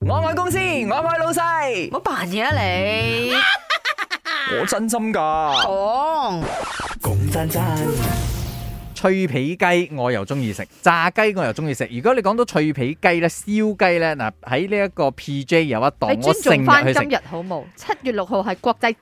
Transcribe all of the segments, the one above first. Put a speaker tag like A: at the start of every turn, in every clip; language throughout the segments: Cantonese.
A: 我愛公司，我愛老細，
B: 冇扮嘢啊你！
C: 嗯
B: 啊
A: 我真心㗎。
B: 講
D: 講真真，
C: 脆皮雞我又中意食，炸雞我又中意食。如果你講到脆皮雞咧、燒雞咧，嗱喺呢一個 PJ 有一檔，
B: 你
C: 哦我
B: 尊
C: 成
B: 重翻
C: 日去
B: 今
C: 食，
B: 日好冇？七月六號係國際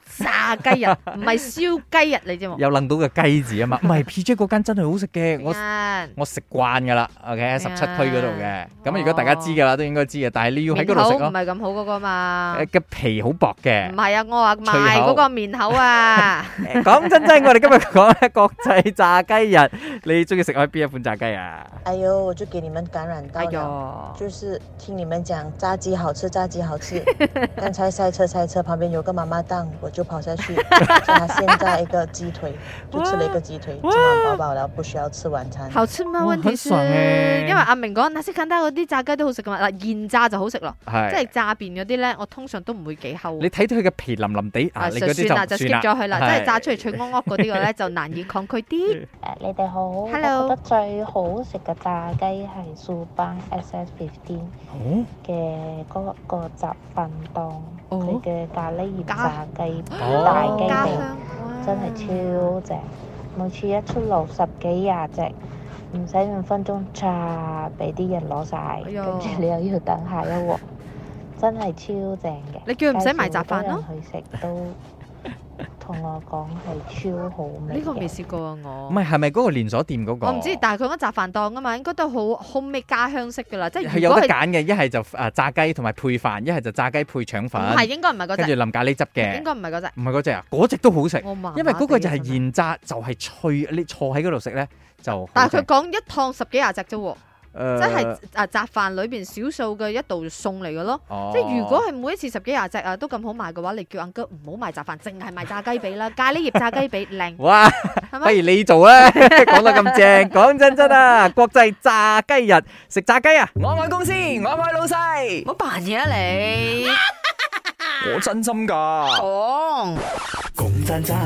B: 炸雞日，唔係燒雞日，你啊知冇？
C: 有諗到個雞字啊 嘛。唔係 PJ 嗰間真係好食嘅，我
B: 人
C: 我食慣㗎啦。OK
B: 啊
C: 喺十七區嗰度嘅，咁如果大家知嘅話都應該知嘅，但係你要喺
B: 面
C: 嗰度
B: 口
C: 食
B: 唔
C: 咯。
B: 係咁好嗰個嘛？
C: 誒嘅皮好薄嘅
B: 唔。係啊，我話賣嗰個面口 啊，
C: 講真真，我哋今日講咧國際炸雞日，你中意食開邊一款炸雞啊？
E: 哎呦，我就给你们感染到
B: 哎
E: 了，
B: 呦，
E: 就是听你们讲炸鸡好吃，炸鸡好 吃。刚才塞车塞车，旁边有个妈妈档，我就跑下 去叫她现炸一个鸡腿，就吃了一个鸡腿，今晚饱饱了，不需要吃晚餐。
B: 好吃嗎？
C: 哇
B: 問題
C: 很
B: 是，
C: 哦爽欸
B: 啊因為阿明講那些簡單嗰啲炸雞都好食噶嘛，嗱現炸就好食咯，即係
C: 係
B: 炸邊嗰啲咧，我通常都唔會幾厚。
C: 你睇到佢嘅皮淋淋地啊，
B: 啊
C: 你
B: 就
C: 嗰啲
B: 算啦，
C: 就
B: 就
C: 唔算
B: skip 咗佢啦，即係炸出嚟脆噏噏嗰啲嘅咧，就難以抗拒 啲。
F: 誒，你哋好。我覺
B: Hello
F: 得最好食嘅炸雞係蘇班 SS fifteen
C: 哦
F: 嘅嗰個雜飯檔，
B: 哦
F: 佢嘅咖喱鹽炸雞
C: 哦
F: 大雞
B: 家
F: 髀
B: 鄉哇
F: 嗯真係超正，每次一出爐十幾廿隻，唔使五分鐘，嚓俾啲人攞晒，
B: 哎
F: 跟
B: 呦
F: 住你又要等下一鑊，真係超正嘅。
B: 你叫佢唔使買雜飯
F: 介紹好
B: 咯，
F: 多人去食都同我講係超好味
B: 呢個
F: 嘅
B: 未試過啊我
C: 唔。係係咪嗰個連鎖店嗰個？
B: 我唔知，但係佢嗰雜飯檔啊嘛，應該都好 homemade 家鄉式噶啦，即
C: 係
B: 係如
C: 有
B: 果
C: 得
B: 係
C: 揀嘅，一係就啊炸雞同埋配飯，一係就炸雞配腸粉
B: 唔，係應該唔係嗰
C: 跟住
B: 只，
C: 淋咖喱汁
B: 應
C: 嘅，
B: 該唔係嗰只。
C: 唔係嗰只啊，嗰只都好食，
B: 我麻麻地
C: 因為嗰個就係
B: 真係，
C: 現炸，就係脆，你坐喺嗰度食呃咧就好
B: 但係
C: 正。
B: 佢講一趟十幾廿隻啫喎，
C: 誒
B: 即係啊雜飯裏邊少數嘅一道餸嚟嘅咯。
C: 哦
B: 即係如果係每一次十幾廿隻啊都咁好賣嘅話，你叫阿哥唔好賣雜飯，淨係賣炸雞髀啦，咖喱葉炸雞髀靚
C: 哇！
B: 係
C: 不
B: 咪？
C: 如你做啦， 講得咁正，講真真啊，國際炸雞日食炸雞啊！
A: 我愛公司，我愛老細，
B: 冇扮嘢啊你！
A: 我真心㗎。
B: 講
D: 講真真。